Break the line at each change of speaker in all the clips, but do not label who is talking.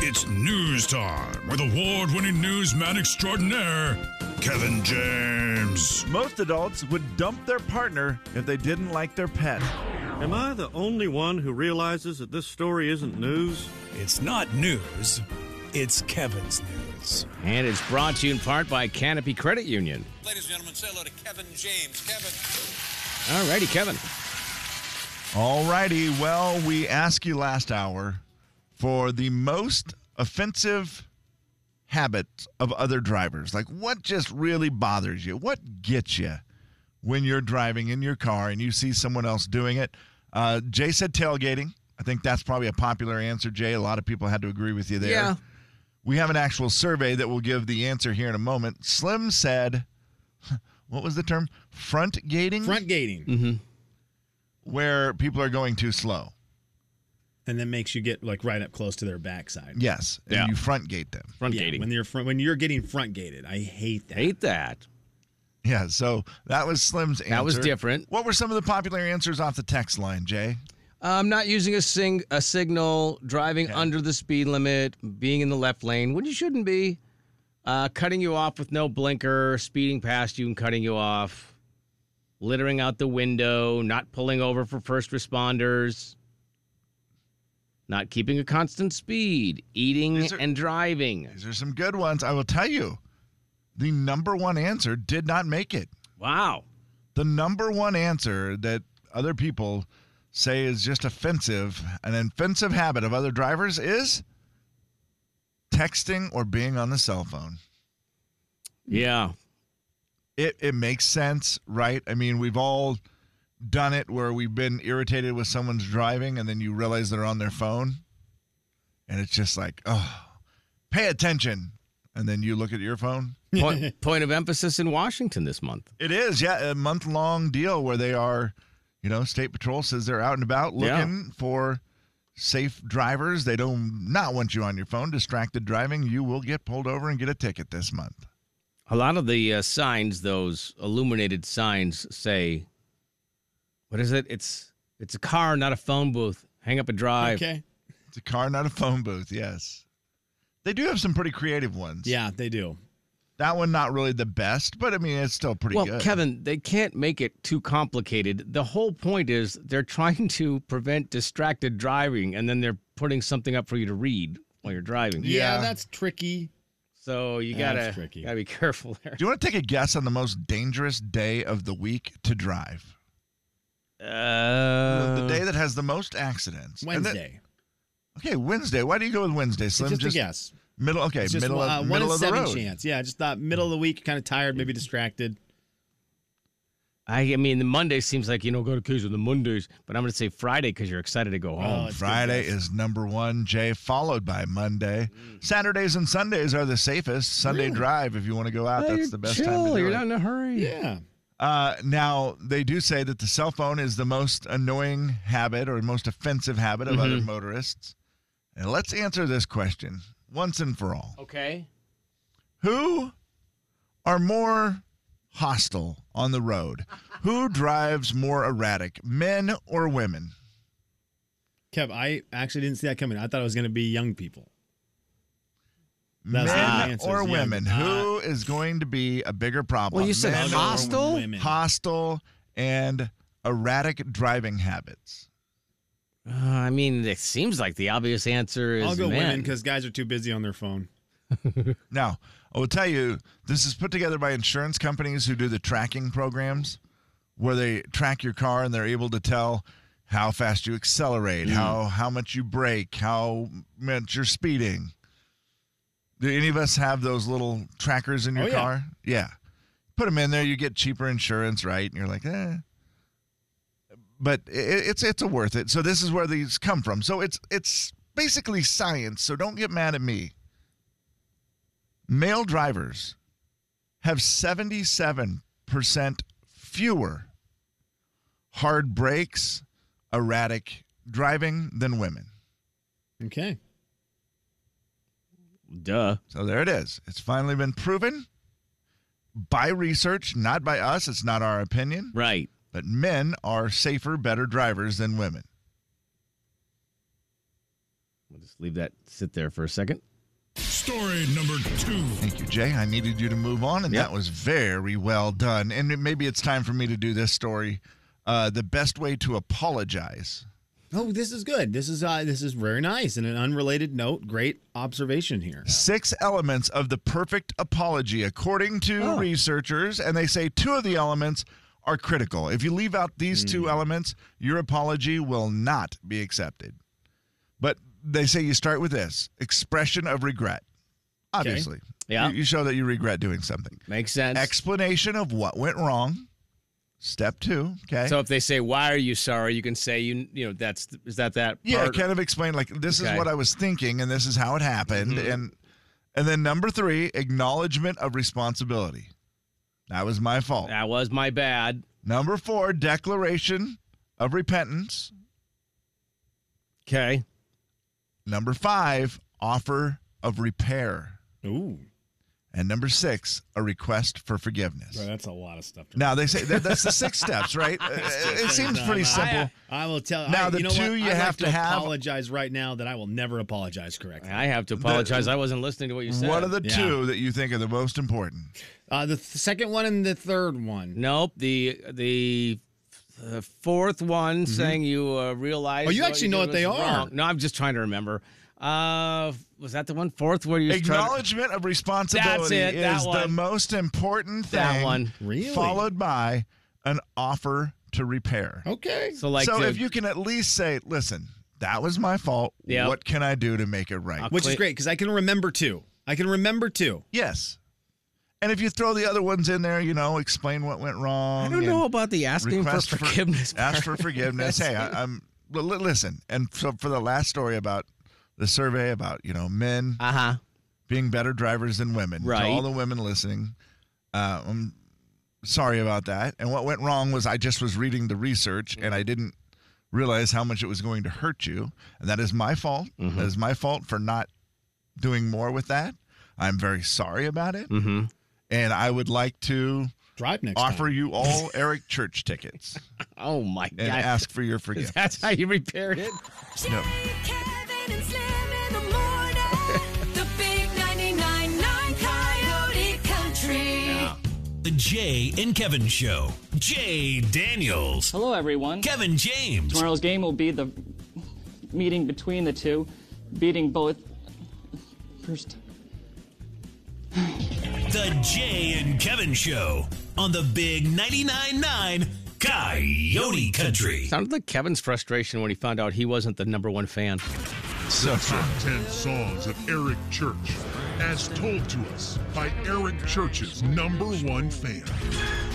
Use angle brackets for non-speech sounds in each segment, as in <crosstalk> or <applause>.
It's news time with award winning newsman extraordinaire, Kevin James.
Most adults would dump their partner if they didn't like their pet.
Am I the only one who realizes that this story isn't news?
It's not news, it's Kevin's news.
And it's brought to you in part by Canopy Credit Union.
Ladies and gentlemen, say hello to Kevin James. Kevin.
All righty, Kevin.
Alrighty, well, we asked you last hour for the most offensive habits of other drivers. Like, what just really bothers you? What gets you when you're driving in your car and you see someone else doing it? Uh, Jay said tailgating. I think that's probably a popular answer, Jay. A lot of people had to agree with you there.
Yeah.
We have an actual survey that will give the answer here in a moment. Slim said, <laughs> what was the term? Front gating?
front gating,
Where people are going too slow.
and then makes you get like right up close to their backside.
Yes. And
Yeah.
you front gate them.
Front
Yeah,
gating.
when you're front, when you're getting front gated, I hate that.
Hate that.
Yeah, so that was Slim's answer.
was different.
What were some of the popular answers off the text line, Jay?
Um, not using a sing a signal, driving under the speed limit, being in the left lane when you shouldn't be, uh, cutting you off with no blinker, speeding past you and cutting you off, littering out the window, not pulling over for first responders, not keeping a constant speed, eating
These are-
and driving.
These are some good ones. I will tell you, the number one answer did not make it.
Wow.
The number one answer that other people say is just offensive, an offensive habit of other drivers is texting or being on the cell phone.
Yeah.
it it makes sense, right? I mean, we've all done it where we've been irritated with someone's driving and then you realize they're on their phone and it's just like, "Oh, pay attention." And then you look at your phone.
Point, <laughs> point of emphasis in Washington this month.
It is, yeah, a month-long deal where they are, you know, state patrol says they're out and about
Yeah.
looking for safe drivers. They don't not want you on your phone, distracted driving. You will get pulled over and get a ticket this month.
A lot of the uh, signs, those illuminated signs, say, "What is it? It's it's a car, not a phone booth. Hang up and drive."
Okay.
It's a car, not a phone booth. Yes. They do have some pretty creative ones.
Yeah, they do.
That one not really the best, but I mean it's still pretty
Well,
good.
Kevin, they can't make it too complicated. The whole point is they're trying to prevent distracted driving, and then they're putting something up for you to read while you're driving.
Yeah.
that's tricky.
So you
That's
gotta
tricky.
gotta be <laughs> careful there.
do you want to take a guess on the most dangerous day of the week to drive?
Uh,
the day that has the most accidents. And that-
Wednesday.
okay, Wednesday. Why do you go with Wednesday,
It's
Slim?
just, a guess.
Middle. Okay,
It's just
middle
uh,
of
one
middle
in
of the
seven
road.
chance. Yeah, I just thought middle of the week, kind of tired, maybe distracted.
I, I mean, the Monday seems like you don't go to kids on the Mondays, but I'm gonna say Friday because you're excited to
Oh,
go home.
it's a good
Friday
guess.
is number one, Jay, followed by Monday.
Mm.
Saturdays and Sundays are the safest. Sunday drive, if you want to go out, that's the best time to do
You're
it.
not in a hurry.
Yeah.
Uh, now they do say that the cell phone is the most annoying habit or most offensive habit of other
Mm-hmm.
motorists. And let's answer this question once and for all:
Okay.
Who are more hostile on the road? Who drives more erratic, men or women?
Kev, I actually didn't see that coming. I thought it was going to be young people. That's the
Men
answer,
or
yeah.
women?
Uh,
Who is going to be a bigger problem?
Well, you said
men or
hostile?
Women.
hostile, and erratic driving habits.
Uh, I mean, it seems like the obvious answer is
I'll go
men.
women because guys are too busy on their phone.
Now, I will tell you, this is put together by insurance companies who do the tracking programs where they track your car and they're able to tell how fast you
Mm.
accelerate, how how much you brake, how much you're speeding. Do any of us have those little trackers in your
Oh, yeah.
car? Yeah. Put them in there, you get cheaper insurance, right? And you're like, eh. But i- i it's it's a worth it. So this is where these come from. So it's it's basically science. So don't get mad at me male drivers have 77% fewer hard brakes, erratic driving than women.
Okay.
Duh.
So there it is. It's finally been proven by research, not by us. It's not our opinion,
Right.
but men are safer, better drivers than women.
We'll just leave that sit there for a second.
Story number two.
Thank you, Jay. I needed you to move on, and
Yep.
that was very well done. And it- maybe it's time for me to do this story. Uh, the best way to apologize.
Oh, this is good. This is uh, this is very nice. And an unrelated note, great observation here.
Six elements of the perfect apology, according to researchers, and they say two of the elements are critical. If you leave out these two elements, your apology will not be accepted. But they say you start with this expression of regret. Obviously,
Yeah.
you, you show that you regret doing something.
Makes sense.
Explanation of what went wrong. Step two. Okay.
So if they say, "Why are you sorry?" you can say, "You you know that's is that that
yeah,
part?"
kind of explain like this
Okay.
is what I was thinking and this is how it happened and and then number 3, acknowledgement of responsibility. That was my fault.
that was my bad.
Number 4, declaration of repentance.
Okay.
Number 5, offer of repair.
Ooh,
And number 6, a request for forgiveness.
bro, that's a lot of stuff. To
Now they say that, that's the six steps, right? Uh, it seems pretty simple.
I, will tell.
Now,
I,
the
you know
two
what?
you
I'd like
have to have-
apologize right now that I will never apologize correctly.
I have to apologize. I wasn't listening to what you said.
What are the
Yeah.
two that you think are the most important?
Uh, the th- second one and the third one.
Nope. The the the fourth one saying you uh, realize.
Oh, you actually know
did
what they
was
are.
wrong. No, I'm just trying to remember. Uh, was that the one fourth where you was trying to-
Acknowledgement of responsibility
That's it, that
is the
one.
most important thing.
That one.
Really?
Followed by an offer to repair.
Okay.
So like
so
to-
if you can at least say, listen, that was my fault.
Yep.
What can I do to make it right?
Okay.
Which is great because I can remember two. I can remember two.
Yes. And if you throw the other ones in there, you know, explain what went wrong.
I don't
and
know about the asking for
request
forgiveness.
<laughs> ask
<laughs>
for
part.
forgiveness. hey, I, I'm li- li- listen. And so for the last story about the survey about you know men
Uh huh.
being better drivers than women. To
Right.
all the women listening, uh, I'm sorry about that. And what went wrong was I just was reading the research and I didn't realize how much it was going to hurt you. And that is my fault. That
Mm-hmm.
is my fault for not doing more with that. I'm very sorry about it.
Mm-hmm.
And I would like to
Drive next
offer
time.
you all <laughs> Eric Church tickets
Oh my
and
god. <laughs>
ask for your forgiveness.
That's how you repaired it.
Jay,
No.
Kevin, and Slim in the morning. the big 99.9 Coyote Country.
The Jay and Kevin Show. Jay Daniels.
Oh.
Hello, everyone.
Kevin James.
Tomorrow's game will be the meeting between the two, beating both first.
The Jay and Kevin Show on the Big 99.9 9 Coyote Country.
Sounded like Kevin's frustration when he found out he wasn't the number one fan.
So true.
top 10 songs of Eric Church, as told to us by Eric Church's number one fan.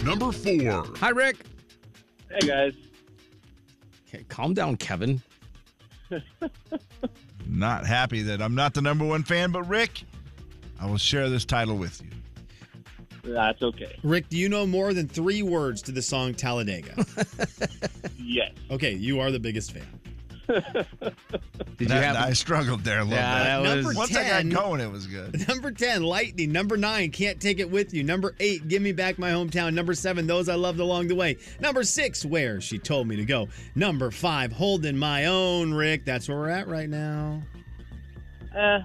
Number four,
Hi, Rick.
Hey guys,
Okay, calm down, Kevin.
Not happy that I'm not the number one fan, but Rick, I will share this title with you.
that's okay.
Rick, do you know more than three words to the song Talladega?
Yes,
okay, you are the biggest fan.
Did
That-
you have?
I struggled there a little
Yeah,
bit.
that
Number
was-
Once I
10.
got going, it was
<laughs>
good.
Number 10, Lightning. Number 9, Can't Take It With You. Number 8, Give Me Back My Hometown. Number 7, Those I Loved Along the Way. Number 6, Where She Told Me to Go. Number 5, Holding My Own, Rick. That's where we're at right now.
uh,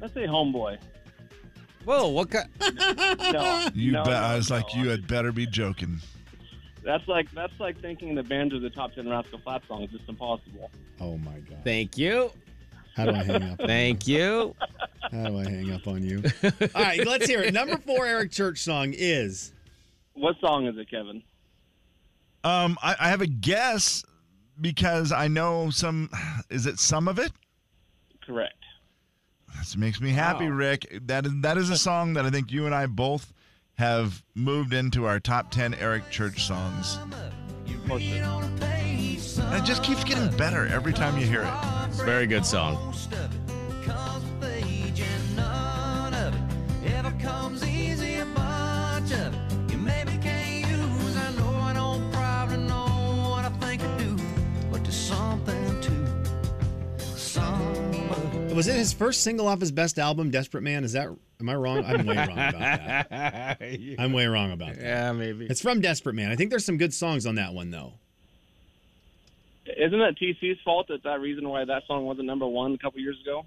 let's say homeboy.
Whoa, what? ki-
No, <laughs>
You
no,
bet.
no,
I was
no.
like, you had better be joking.
That's like that's like thinking the bands are the top ten Rascal Flat songs. It's impossible.
Oh, my God.
Thank you.
How do I hang up?
Thank you.
How do I hang up
<laughs>
on you? All right, let's hear it. Number 4 Eric Church song is.
What song is it, Kevin?
Um, I, I have a guess because I know some. Is it some of it?
Correct.
This makes me happy, Rick. That is, that is a song that I think you and I both have moved into our top ten Eric Church songs.
Most of-
And it just keeps getting better every time you hear it.
Very good song.
Was it his first single off his best album, Desperate Man? Is that. Am I wrong? I'm way wrong about
<laughs>
that.
yeah,
I'm way wrong about that.
maybe.
It's from Desperate Man. I think there's some good songs on that one, though.
Isn't it TC's fault that that reason why that song wasn't number one a couple years ago?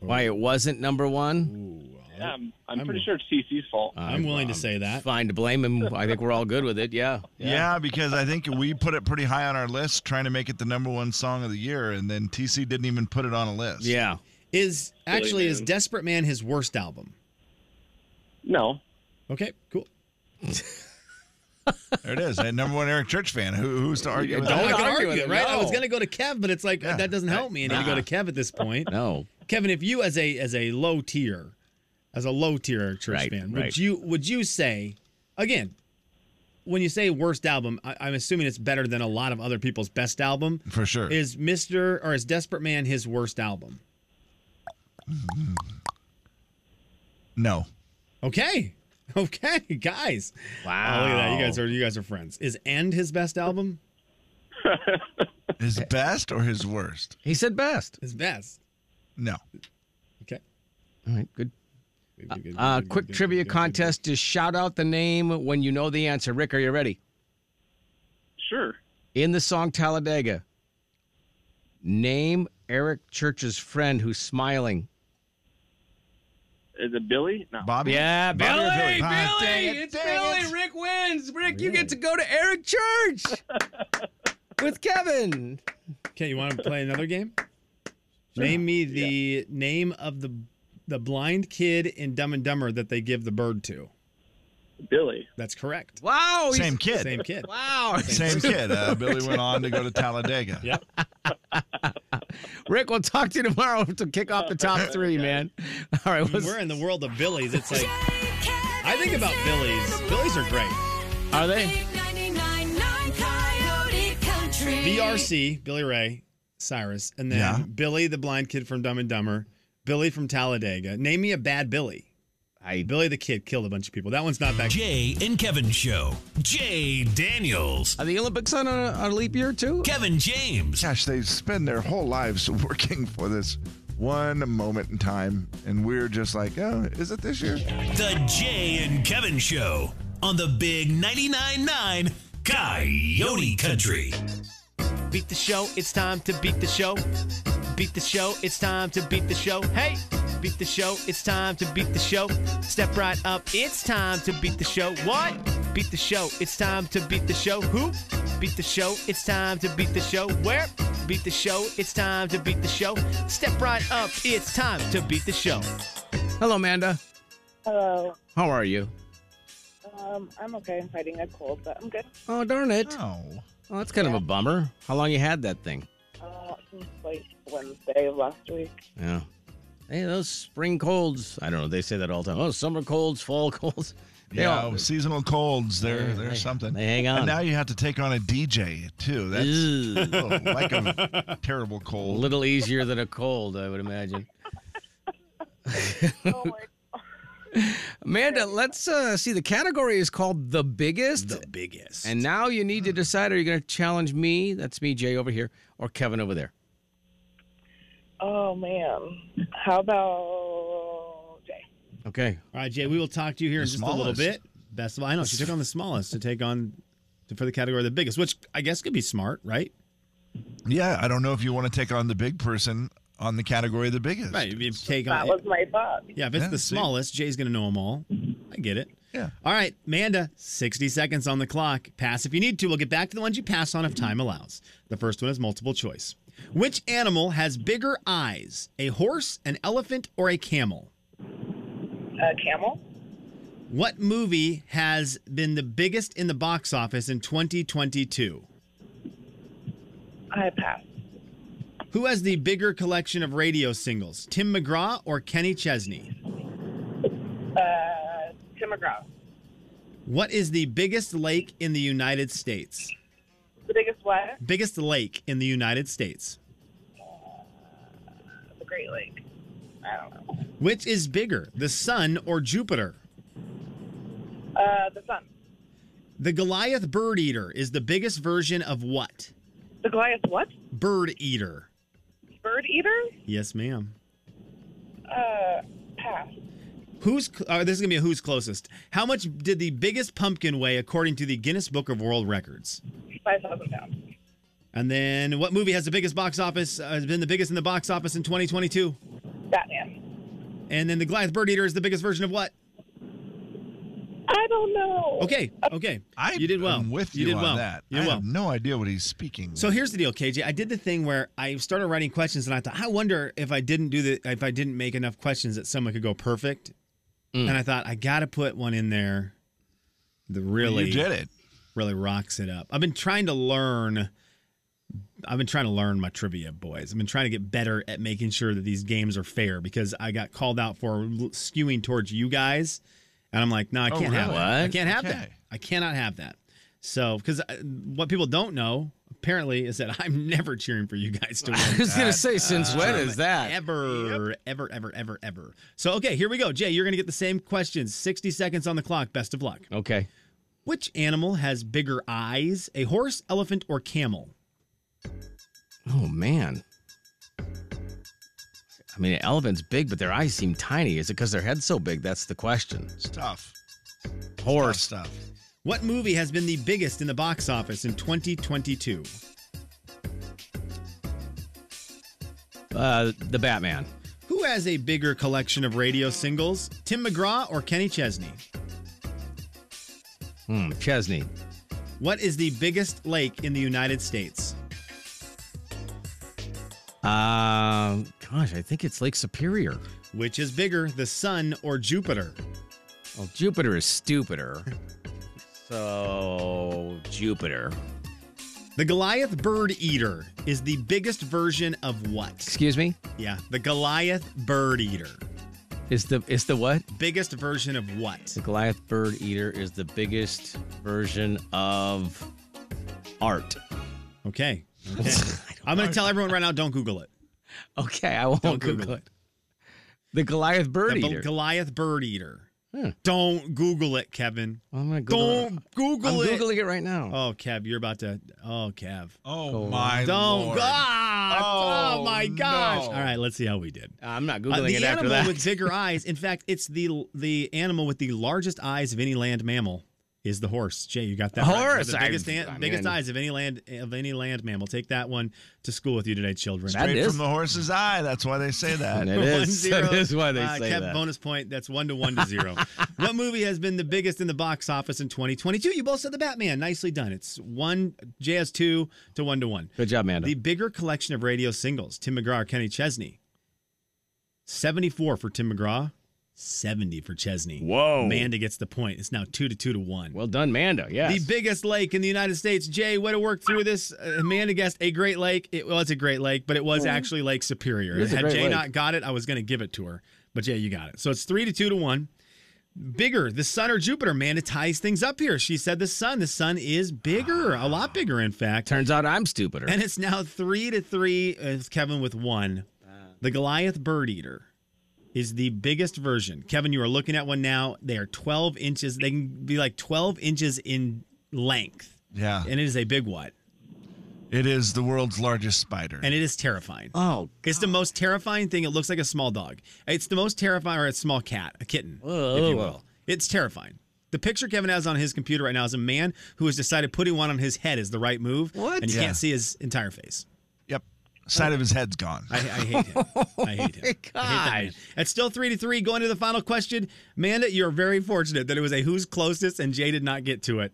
Why it wasn't number one?
Yeah, I'm, I'm, pretty sure it's TC's fault.
say that. Fine to blame him. I think we're all good with it. Yeah.
Yeah. because I think we put it pretty high on our list, trying to make it the number one song of the year, and then TC didn't even put it on a list.
Yeah,
Is actually is Desperate Man his worst album?
No.
Okay, cool.
there it is. That number one Eric Church fan. Who, who's to argue? with
Don't
that?
I can argue it, right? I was gonna go to Kev, but it's like that doesn't help me. I need to go
Nah.
to Kev at this point.
no,
Kevin, if you as a as a low tier, as a low tier Eric Church
Right,
fan, would
right.
you would you say again? When you say worst album, I, I'm assuming it's better than a lot of other people's best album.
For sure.
Is Mister or is Desperate Man his worst album?
No.
Okay. <laughs> Okay, guys. Wow. Oh, look at that. You guys are you guys are friends. Is End his best album?
His best or his worst?
He said best.
His best.
No.
Okay.
All right. Good. Uh, quick trivia contest. Just shout out the name when you know the answer. Rick, are you ready?
Sure.
In the song Talladega, name Eric Church's friend who's smiling.
Is it Billy? No.
Bobby?
Yeah, Billy.
Billy,
Billy.
Ah, dang it,
it's
dang
Billy. Rick wins. Rick, you get to go to Eric Church <laughs> with Kevin.
Okay, you want to play another game? Name me the name of the the blind kid in Dumb and Dumber that they give the bird to.
Billy.
That's correct.
Wow.
he's- Same kid.
Same kid.
Wow. <laughs>
Same kid. Uh, Billy went on to go to Talladega.
Yep.
Rick, we'll talk to you tomorrow to kick off the
<laughs>
top three, man. All right. let's-
We're in the world of Billies. It's like I think about Billies. Billies are great.
Are they?
99.9 Coyote Country.
BRC, Billy Ray, Cyrus, and then
Yeah.
Billy the blind kid from Dumb and Dumber, Billy from Talladega. Name me a bad Billy. Billy the kid killed a bunch of people. That one's not that
Jay and Kevin Show. Jay Daniels.
Are the Olympics on a, a leap year too?
Kevin James.
Gosh, they spend their whole lives <laughs> working for this one moment in time, and we're just like, oh, is it this year?
The Jay and Kevin Show on the Big 99.9 9 Coyote Country.
Beat the show, it's time to beat the show. Beat the show, it's time to beat the show. Hey! Beat the show, it's time to beat the show. Step right up, it's time to beat the show. What? Beat the show, it's time to beat the show. Who? Beat the show, it's time to beat the show. Where? Beat the show, it's time to beat the show. Step right up, it's time to beat the show.
Hello, Amanda.
Hello.
How are you?
Um, I'm okay. I'm fighting a cold, but I'm good.
Oh, darn it.
Oh.
Oh, that's kind of a bummer. How long you had that thing?
Uh, since like Wednesday of last week.
Yeah. Hey, those spring colds. I don't know. They say that all the time. Oh, summer colds, fall colds. They
Yeah, oh,
all-
seasonal colds. They're, they're
they-
something.
they hang on.
And now you have to take on a DJ, too. That's <laughs>
Ew.
oh, like
<laughs>
a terrible
a
cold.
little easier than a cold, I
<laughs>
would imagine. <laughs> Amanda, let's uh, see. The category is called the biggest. The
biggest.
And now you need to decide: Are you going to challenge me? That's me, Jay over here, or Kevin over there.
Oh man. How about Jay?
Okay.
All right, Jay, we will talk to you here in
The
just a little
smallest.
bit. Best of all, I know she took on the smallest to take on to, for the category of the biggest, which I guess could be smart, right?
Yeah, I don't know if you want to take on the big person on the category of the biggest.
Right. If you take
That
on,
was my thought.
yeah, if it's
Yeah,
the
see?
smallest, Jay's going to know them all. I get it.
Yeah.
All right, Amanda, 60 seconds on the clock. Pass if you need to. We'll get back to the ones you pass on if time allows. The first one is multiple choice. Which animal has bigger eyes, a horse, an elephant, or a camel?
A Uh, camel.
What movie has been the biggest in the box office in 2022?
I pass.
Who has the bigger collection of radio singles, Tim McGraw or Kenny Chesney?
Uh, Tim McGraw.
What is the biggest lake in the United States?
The biggest what?
Biggest lake in the United States.
The Great Lake. I don't know.
Which is bigger, the sun or Jupiter?
Uh, the sun.
The Goliath bird eater is the biggest version of what?
The Goliath what?
Bird eater.
Bird eater.
Yes, ma'am.
Uh, pass.
Who's uh, this is gonna be a who's closest? How much did the biggest pumpkin weigh according to the Guinness Book of World Records?
Five thousand pounds.
And then what movie has the biggest box office, uh, has been the biggest in the box office in 2022?
Batman.
And then the Goliath Bird Eater is the biggest version of what?
I don't know.
Okay, okay.
I
you did well.
am with you,
did
on
well.
that.
You
I
did well.
have no idea what he's speaking.
So here's the deal, KJ. I did the thing where I started writing questions, and I thought, I wonder if I didn't do the, if I didn't make enough questions that someone could go perfect.
Mm.
And I thought I got to put one in there that really
did it.
really rocks it up. I've been trying to learn. I've been trying to learn my trivia, boys. I've been trying to get better at making sure that these games are fair because I got called out for skewing towards you guys, and I'm like, no, I
Oh,
can't have
really?
that. I
What?
can't have that.
Okay.
I cannot have that. So, because what people don't know apparently is that <laughs> I'm never cheering for you guys
<laughs>
to win.
I was gonna say, since
Uh,
when
Um,
is that?
Ever, ever, ever, ever, ever. So, okay, here we go. Jay, you're gonna get the same questions. 60 seconds on the clock. Best of luck.
Okay.
Which animal has bigger eyes, a horse, elephant, or camel?
Oh man. I mean, an elephant's big, but their eyes seem tiny. Is it because their head's so big? That's the question. It's
tough.
Horse
stuff.
What movie has been the biggest in the box office in 2022?
Uh, the Batman.
Who has a bigger collection of radio singles, Tim McGraw or Kenny Chesney?
Hmm, Chesney.
What is the biggest lake in the United States?
Uh, gosh, I think it's Lake Superior.
Which is bigger, the sun or Jupiter?
Well, Jupiter is stupider. so, Jupiter.
The Goliath Bird Eater is the biggest version of what?
Excuse me?
Yeah, the Goliath Bird Eater.
Is the is the what?
Biggest version of what?
The Goliath Bird Eater is the biggest version of art.
Okay. I'm going to tell everyone right now don't Google it.
Okay, I won't
Don't
Google,
Google
it. The Goliath Bird
The Bel-
Eater.
Goliath Bird Eater. Don't Google it, Kevin.
I'm gonna Google
Don't
it.
Google
I'm
it.
Googling it right now.
Oh, Kev, you're about to. Oh, Kev.
Oh,
my
Don't.
Lord.
Ah, oh,
Oh,
my gosh.
no.
All right, let's see how we did.
I'm not
Uh,
googling
the
it after
animal
that. <laughs>
with bigger eyes. In fact, it's the the animal with the largest eyes of any land mammal is the horse. Jay, you got that right.
Horse,
The biggest,
I-
an-
I
biggest
mean-
eyes of any land of any land mammal. Take that one to school with you today, children.
Straight from the horse's eye. That's why they say that.
<laughs>
it is. <laughs> That is why they
uh,
say
Kev,
that.
bonus point. That's one to one to
<laughs>
zero. what movie has been the biggest in the box office in 2022? You both said the Batman. Nicely done. It's one JS two to one to one.
Good job, Amanda.
The bigger collection of radio singles: Tim McGraw, or Kenny Chesney. Seventy-four for Tim McGraw, seventy for Chesney.
Whoa.
Manda gets the point. It's now two to two to one.
Well done, Manda. Yes.
The biggest lake in the United States. Jay, way to work through this. Uh, Amanda guessed a Great Lake. It was a Great Lake, but it was actually Lake Superior.
It is a
Had
Great
Jay
Lake.
not got it, I was going to give it to her. But Jay, you got it. So it's three to two to one. Bigger, the sun or Jupiter? Amanda ties things up here. She said the sun. The sun is bigger, a lot bigger, in fact.
Turns out I'm stupider.
And it's now three to three. Uh, Kevin with one.
Ah.
The Goliath Bird Eater is the biggest version. Kevin, you are looking at one now. They are 12 inches. They can be like 12 inches in length.
Yeah.
And it is a big what?
It is the world's largest spider.
And it is terrifying.
Oh,
It's the most terrifying thing. It looks like a small dog. It's the most terrifying, or a small cat, a kitten, if you will. It's terrifying. The picture Kevin has on his computer right now is a man who has decided putting one on his head is the right move.
What?
And you
Yeah.
can't see his entire face.
Yep. Side of his head's gone.
I, I hate him.
<laughs> Oh
I hate him. I hate that man. It's still three to three. Going to the final question, Amanda. You're very fortunate that it was a who's closest, and Jay did not get to it.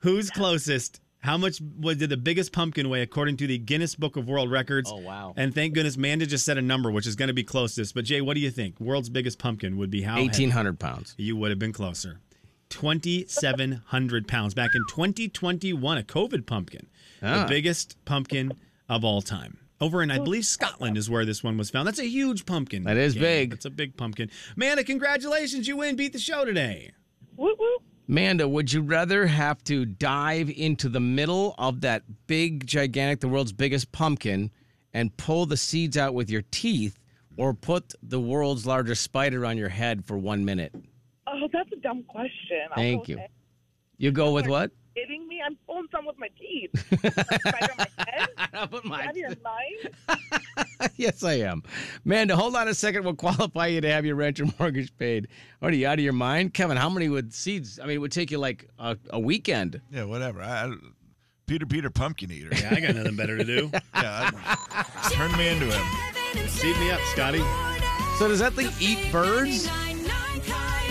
Who's closest? How much was did the biggest pumpkin weigh according to the Guinness Book of World Records?
Oh, wow.
And thank goodness Amanda just said a number, which is going to be closest. But Jay, what do you think? World's biggest pumpkin would be how? heavy?
1,800 pounds.
You would have been closer. 2,700 pounds back in 2021, a COVID pumpkin,
Ah.
the biggest pumpkin of all time. Over in, I believe, Scotland is where this one was found. That's a huge pumpkin.
That is
Gabe.
big.
That's a big pumpkin. Amanda, congratulations. You win. Beat the show today.
Manda, would you rather have to dive into the middle of that big, gigantic, the world's biggest pumpkin and pull the seeds out with your teeth or put the world's largest spider on your head for one minute?
Oh, that's a dumb question. I'll
Thank
go
you.
with
You go with what?
it. Kidding me? I'm pulling some with my
<laughs>
teeth. Spider on my head? Out of your mind?
<laughs> yes, I am. Manda, hold on a second. We'll qualify you to have your rent or <laughs> mortgage paid. What are you out of your mind? Kevin, how many would seeds? I mean, it would take you like a, a weekend.
Yeah, whatever. I, I- Peter Peter Pumpkin Eater.
Yeah, I got nothing better to do.
yeah,
<laughs>
I- turn me into him.
Beat me up, Scotty.
So does that thing eat birds?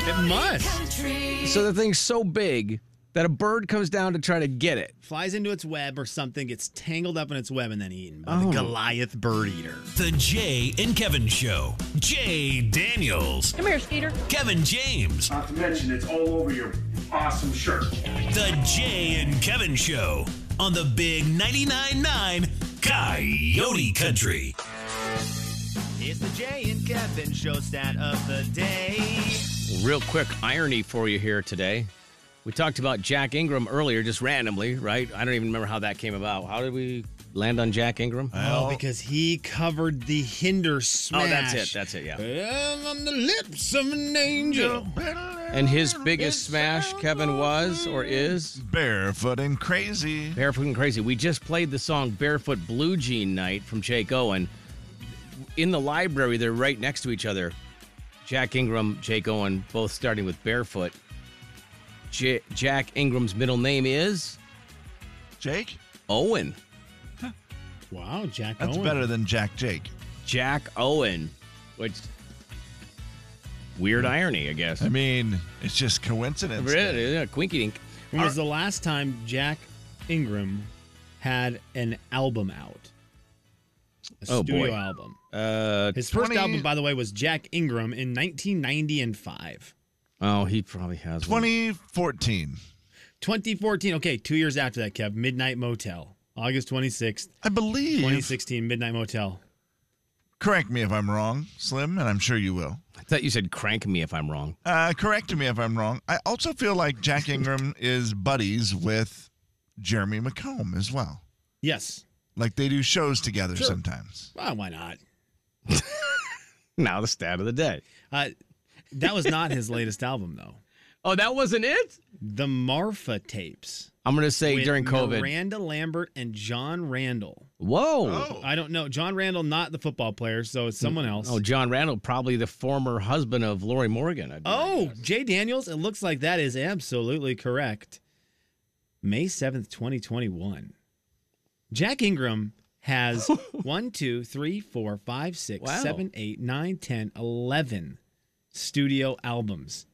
It must.
So the thing's so big that a bird comes down to try to get it.
<laughs> Flies into its web or something, gets tangled up in its web, and then eaten by
Oh.
the Goliath bird eater.
The Jay and Kevin Show. Jay Daniels.
Come here, Skeeter.
Kevin James.
Not to mention, it's all over your awesome shirt.
The Jay and Kevin Show on the Big 99.9 9 Coyote Country.
It's the Jay and Kevin show stat of the day.
Real quick irony for you here today. We talked about Jack Ingram earlier, just randomly, right? I don't even remember how that came about. How did we land on Jack Ingram?
Oh, because he covered the hinder smash.
Oh, that's it. That's it. Yeah.
I'm on the lips of an angel.
And his biggest smash, Kevin, was or is
Barefoot and Crazy.
Barefoot and Crazy. We just played the song Barefoot Blue Jean Night from Jake Owen. In the library, they're right next to each other. Jack Ingram, Jake Owen, both starting with Barefoot. J- Jack Ingram's middle name is
Jake
Owen.
Wow, Jack
That's
Owen.
better than Jack Jake.
Jack Owen, which weird irony, I guess.
I mean, it's just coincidence.
Really, yeah, quinky dink.
When was the last time Jack Ingram had an album out? A
Oh,
studio
boy.
album.
Uh,
His first
20
album, by the way, was Jack Ingram in 1990 and five.
Oh, he probably has one.
2014.
2014. Okay, two years after that, Kev. Midnight Motel, August 26th.
I believe.
2016, Midnight Motel.
Correct me if I'm wrong, Slim, and I'm sure you will.
I thought you said crank me if I'm wrong. <laughs>
Uh, correct me if I'm wrong. I also feel like
<laughs>
Jack Ingram is buddies with Jeremy McComb as well.
Yes.
Like they do shows together
Sure.
sometimes.
Well, why not?
Now the stat of the day.
Uh, that was not his latest album, though.
Oh, that wasn't it?
The Marfa tapes.
I'm gonna say
with
during COVID.
Miranda Lambert and John Randall.
Whoa.
I don't know. John Randall, not the football player, so it's someone else.
Oh, John Randall, probably the former husband of Lori Morgan. I'd be like,
Oh, Jay Daniels. It looks like that is absolutely correct. May 7th, 2021. Jack Ingram
<laughs>
has 1, 2, 3, 4, 5, 6,
Wow.
7, 8, 9, 10, 11 studio albums.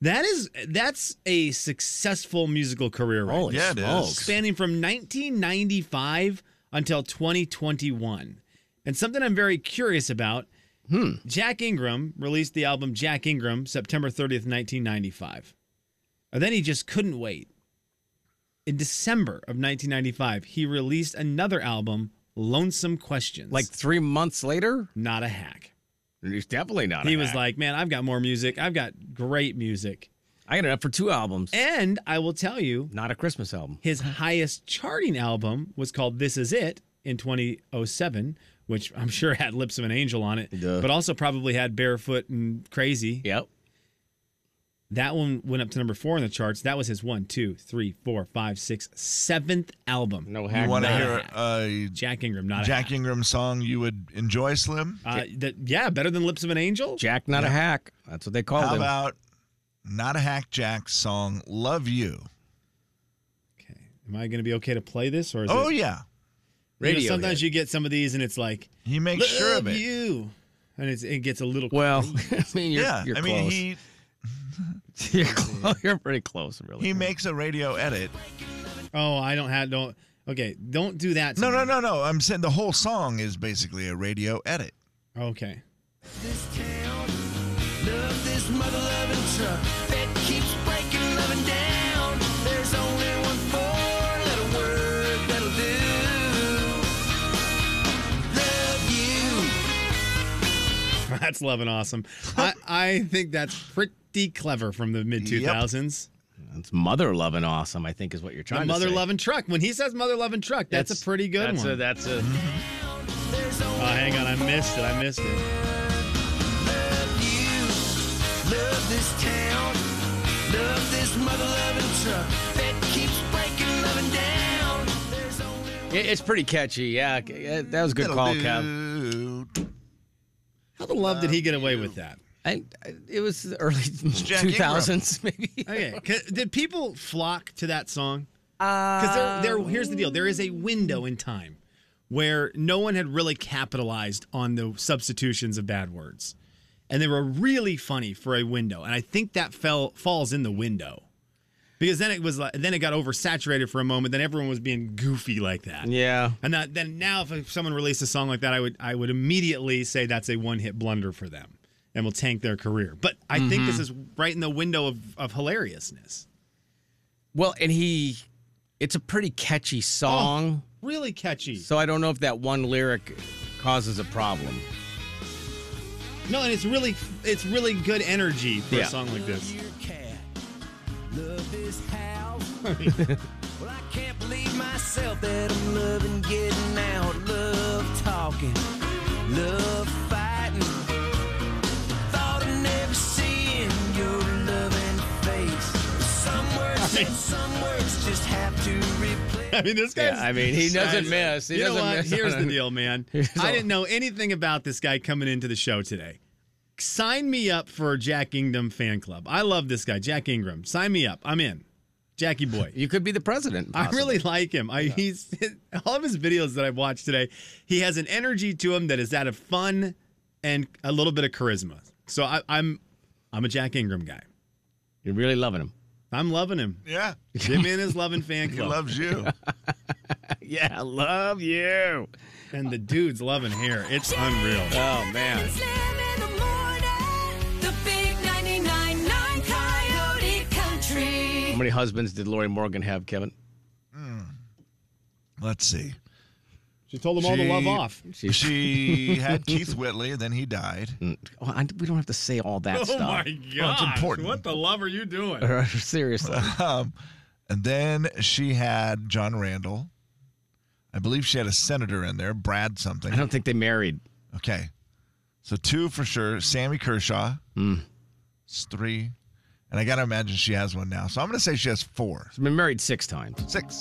That is that's a successful musical career right
Holy Yeah, it smokes. is.
Spanning from 1995 until 2021. And something I'm very curious about
Hmm.
Jack Ingram released the album Jack Ingram September 30th, 1995. And then he just couldn't wait. In December of 1995, he released another album, Lonesome Questions.
Like three months later?
Not a hack.
He's definitely not. a
he was
hack.
like, man, I've got more music. I've got great music.
I got enough for two albums,
And I will tell you,
not a Christmas album.
his highest charting album was called This Is It in 2007, which I'm sure had Lips of an Angel on it,
Duh.
but also probably had Barefoot and Crazy.
Yep.
That one went up to number four in the charts. That was his one, two, three, four, five, six, seventh album.
No
You
hack.
want to
not a
hear
hack.
a
Jack Ingram, not a
Jack Ingram song you would enjoy, Slim?
hack. Uh, that, yeah, better than Lips of an Angel.
Jack, not a hack. That's what they call
How
him.
about Not a Hack Jack song, Love You?
Am I going to be okay to play this or is
Oh,
it?
yeah.
You know,
Radio
sometimes you get some of these and it's like
He makes sure of
"Love
it.
You, and it's, it gets a little
well, <laughs> I mean, you're,
yeah.
you're
I mean,
close.
he,
<laughs> you're, clo- you're pretty close, really.
he makes a radio edit.
Oh, I don't have don't. Okay, don't do that. to
No, no,
me.
no, no. I'm saying the whole song is basically a radio edit.
Okay.
Love this mother loving truck that keeps breaking loving down. There's only one four letter word that'll do. Love you.
<laughs> That's loving awesome. I I think that's pretty clever from the mid two thousands.
It's mother loving awesome, I think, is what you're
The
trying to
mother
say.
loving truck. When he says mother loving truck, that's, a pretty good
that's
one.
A, that's a.
There's
oh,
only
hang on, I missed it. I missed it.
love you. Love this town. Love this mother loving truck that keeps breaking loving down. There's only
It- it's pretty catchy. Yeah, c- uh, that was a good
That'll
call,
do.
Kev.
How the love did he get away with that?
I, I- it was the early
Jack Ingram.
2000s, <laughs> maybe.
Okay, 'cause did people flock to that song? Because there, there, here's the deal: there is a window in time where no one had really capitalized on the substitutions of bad words, and they were really funny for a window. And I think that fell falls in the window because then it was like, then it got oversaturated for a moment. Then everyone was being goofy like that.
Yeah.
And that, then now, if someone released a song like that, I would I would immediately say that's a one hit blunder for them, and will tank their career. But I think this
Mhm.
is right in the window of of hilariousness.
Well, and he, it's a pretty catchy song.
really catchy.
So I don't know if that one lyric causes a problem.
No, and it's really it's really good energy for
Yeah.
a song like this. <laughs>
Love this house. well, I can't believe myself that I'm loving getting out. Love talking. Love fighting. Thought of never seeing your loving face. Some words and some words just have to replace.
I mean, this
Yeah,
guy's.
I mean, he doesn't miss. He
you know
doesn't
what?
miss
Here's
on
the
it.
deal, man.
<laughs> Here's
I
all-
didn't know anything about this guy coming into the show today. Sign me up for a Jack Ingram fan club. I love this guy, Jack Ingram. Sign me up. I'm in.
<laughs>
Jackie boy.
You could be the president.
I really like him. I, he's <laughs> all of his videos that I've watched today. He has an energy to him that is out of fun and a little bit of charisma. So I, I'm, I'm a Jack Ingram guy.
You're really loving him. <laughs>
I'm loving him.
Yeah.
Him
<laughs>
and his loving fan club.
loves
<laughs>
you.
yeah, I love you.
And the dude's loving hair. It's unreal.
Oh man.
The big 99.9 Coyote Country.
How many husbands did Lori Morgan have, Kevin?
Let's see.
She Oh told
She- She, had Keith Whitley, and then he died.
Oh, I, we don't have to say all that
oh
stuff.
my
Well,
god!
it's important.
What the love are you doing?
<laughs> Seriously.
Um, and then she had John Randall. I believe she had a senator in there, Brad something. I don't
think they married.
Okay. So two for sure. Sammy Kershaw.
Mm.
It's three. And I got to imagine she has one now. So I'm going to say she has four. She's
been married six times.
Six.